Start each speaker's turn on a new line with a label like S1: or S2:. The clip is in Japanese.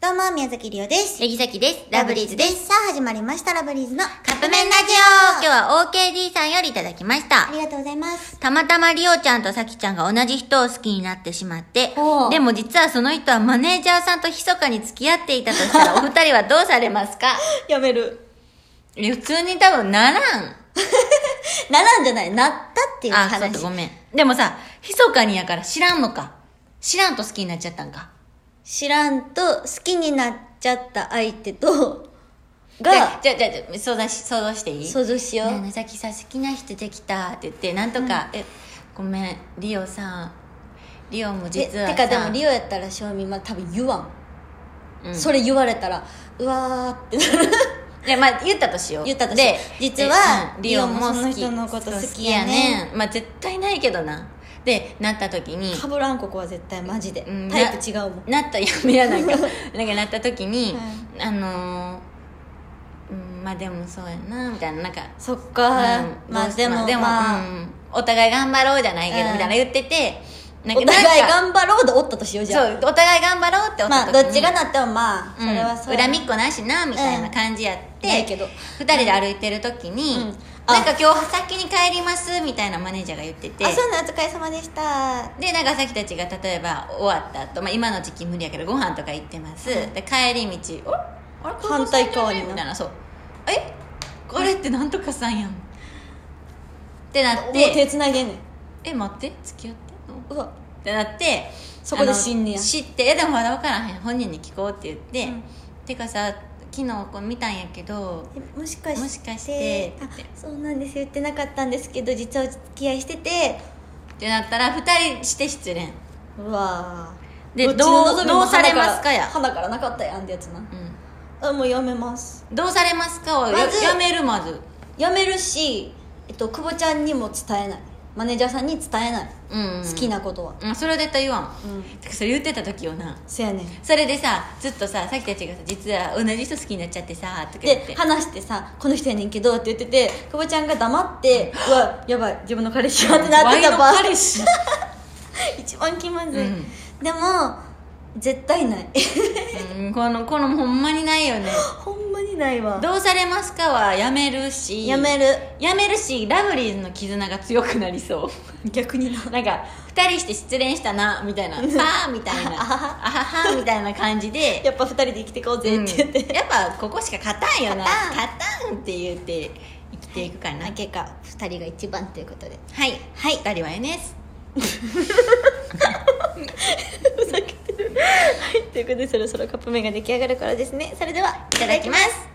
S1: どうも、宮崎りおです。
S2: ヤギサキです。ラブリーズです。。
S1: さあ、始まりました、ラブリーズのカ
S2: カップ麺ラジオ今日は OKD さんよりいただきまし
S1: あ
S2: た。
S1: りがとうございます。
S2: たまたまリオちゃんとサキちゃんが同じ人を好きになってしまって
S1: ほう、
S2: でも実はその人はマネージャーさんと密かに付き合っていたとした ら、お二人はどうされますか
S1: やめる。
S2: いや普通に多分ならん。
S1: ならんじゃない、なったっていう
S2: あ、
S1: 話。
S2: そうかごめん。でもさ、密かにやから知らんのか。知らんと好きになっちゃったんか。
S1: 知らんと、好きになっちゃった相手と、
S2: じゃあ
S1: が、
S2: じゃあ、じゃあじゃあ想像し、想像していい
S1: 想像しよ
S2: ねえ
S1: う。
S2: 野崎さん好きな人できたって言ってなんとか、えごめんリオさんリオも
S1: で
S2: 実はさ
S1: てか、でも、リオやったら、正味、まあ、多分言わん。
S2: うん
S1: それ言われたら、うわーってなる。
S2: いやまあ言ったとしよう
S1: 言ったとし
S2: で
S1: 実は
S2: えうんリオも
S1: リオもその
S2: 好き
S1: 人のこと好
S2: そう
S1: きやね
S2: んまあ絶対ないけどなでなった時に
S1: かぶらん、ここは絶対、マジで
S2: うん。
S1: タイプ違うもん。
S2: なったやめやなんか なんかなった時に、あのーうんまあでもそうやなみたいななんか
S1: そっ
S2: うんどうしでも、うんお互い頑張ろうじゃないけど、
S1: うん
S2: みたいな言っててなん
S1: お
S2: か
S1: 互い
S2: な
S1: 頑
S2: んか
S1: 張ろうでおったとしようじゃ
S2: そ
S1: ん
S2: うお互い頑張ろうって思
S1: ま
S2: た
S1: あ
S2: 時
S1: ど
S2: に
S1: っちがなってもまあそれはそう
S2: うん、
S1: やな
S2: 恨みっこなしなみたいな感じやって、
S1: ないけど
S2: 2人で歩いてる時に、
S1: うんあ
S2: なんか今日先に帰りますみたいなマネージャーが言ってて
S1: あそうなんお疲れ様でした
S2: で長崎たちが例えば終わった後、まあ今の時期無理やけどご飯とか行ってます、で帰り道おあれ
S1: 反対側にな
S2: みたいなそうえこれってなんとかさんやんってな
S1: も
S2: っ
S1: う手
S2: て
S1: つないでんねん
S2: え待って付き合ってん
S1: う
S2: の
S1: わ
S2: ってなって
S1: そこで
S2: あの
S1: 死んねや
S2: 知ってえでもまだ分からへん本人に聞こうって言って、
S1: うん
S2: てかさ昨日これ見たんやけど
S1: えもしかして
S2: もしかして
S1: あそうなんです言ってなかったんですけど実はお付き合いしてて
S2: ってなったら2人して失恋
S1: うわ
S2: で
S1: っちの
S2: どう
S1: 望みも
S2: どうされますかや
S1: 鼻ら鼻からなかったやんってやつな
S2: う
S1: あもうやめます
S2: んどうされますかを
S1: ま
S2: や
S1: ず
S2: やめるまず
S1: やめるしえっと久保ちゃんにも伝えないマネージャーさんに伝えない、
S2: うん、
S1: 好きなことは
S2: うんそれは絶対言わん、
S1: うん
S2: てかそれ言ってた時よな
S1: せやねん
S2: それでさずっとささっきたちがさ実は同じ人好きになっちゃってさとか言っ
S1: で
S2: て
S1: 話してさ「この人やねんけど」って言ってて久保ちゃんが黙って「うわやばい自分の彼氏や」ってなっ
S2: ワ
S1: て
S2: イの
S1: たば
S2: 彼氏
S1: 一番気まずい、
S2: うん
S1: でも絶対ない
S2: うんこのこのほんまにないよ ね
S1: ほんまにないわ
S2: どうされますかはやめるし
S1: やめる
S2: やめるしラブリーズの絆が強くなりそう
S1: 逆にな
S2: なんか2人して失恋したなみたいな「パー」みた いな「あ
S1: あはは
S2: はは」みたいな感じで
S1: やっぱ二人で生きていこうぜ
S2: うん
S1: って言って、
S2: やっぱここしか勝たんよな
S1: 勝
S2: 勝たんって言って生きていくか
S1: ま
S2: な
S1: あ結果二人が一番ということで
S2: はい、はい、2人は NS
S1: ふざけてるはいということでそろそろカップ麺が出来上がるからですねそれではい
S2: いただきます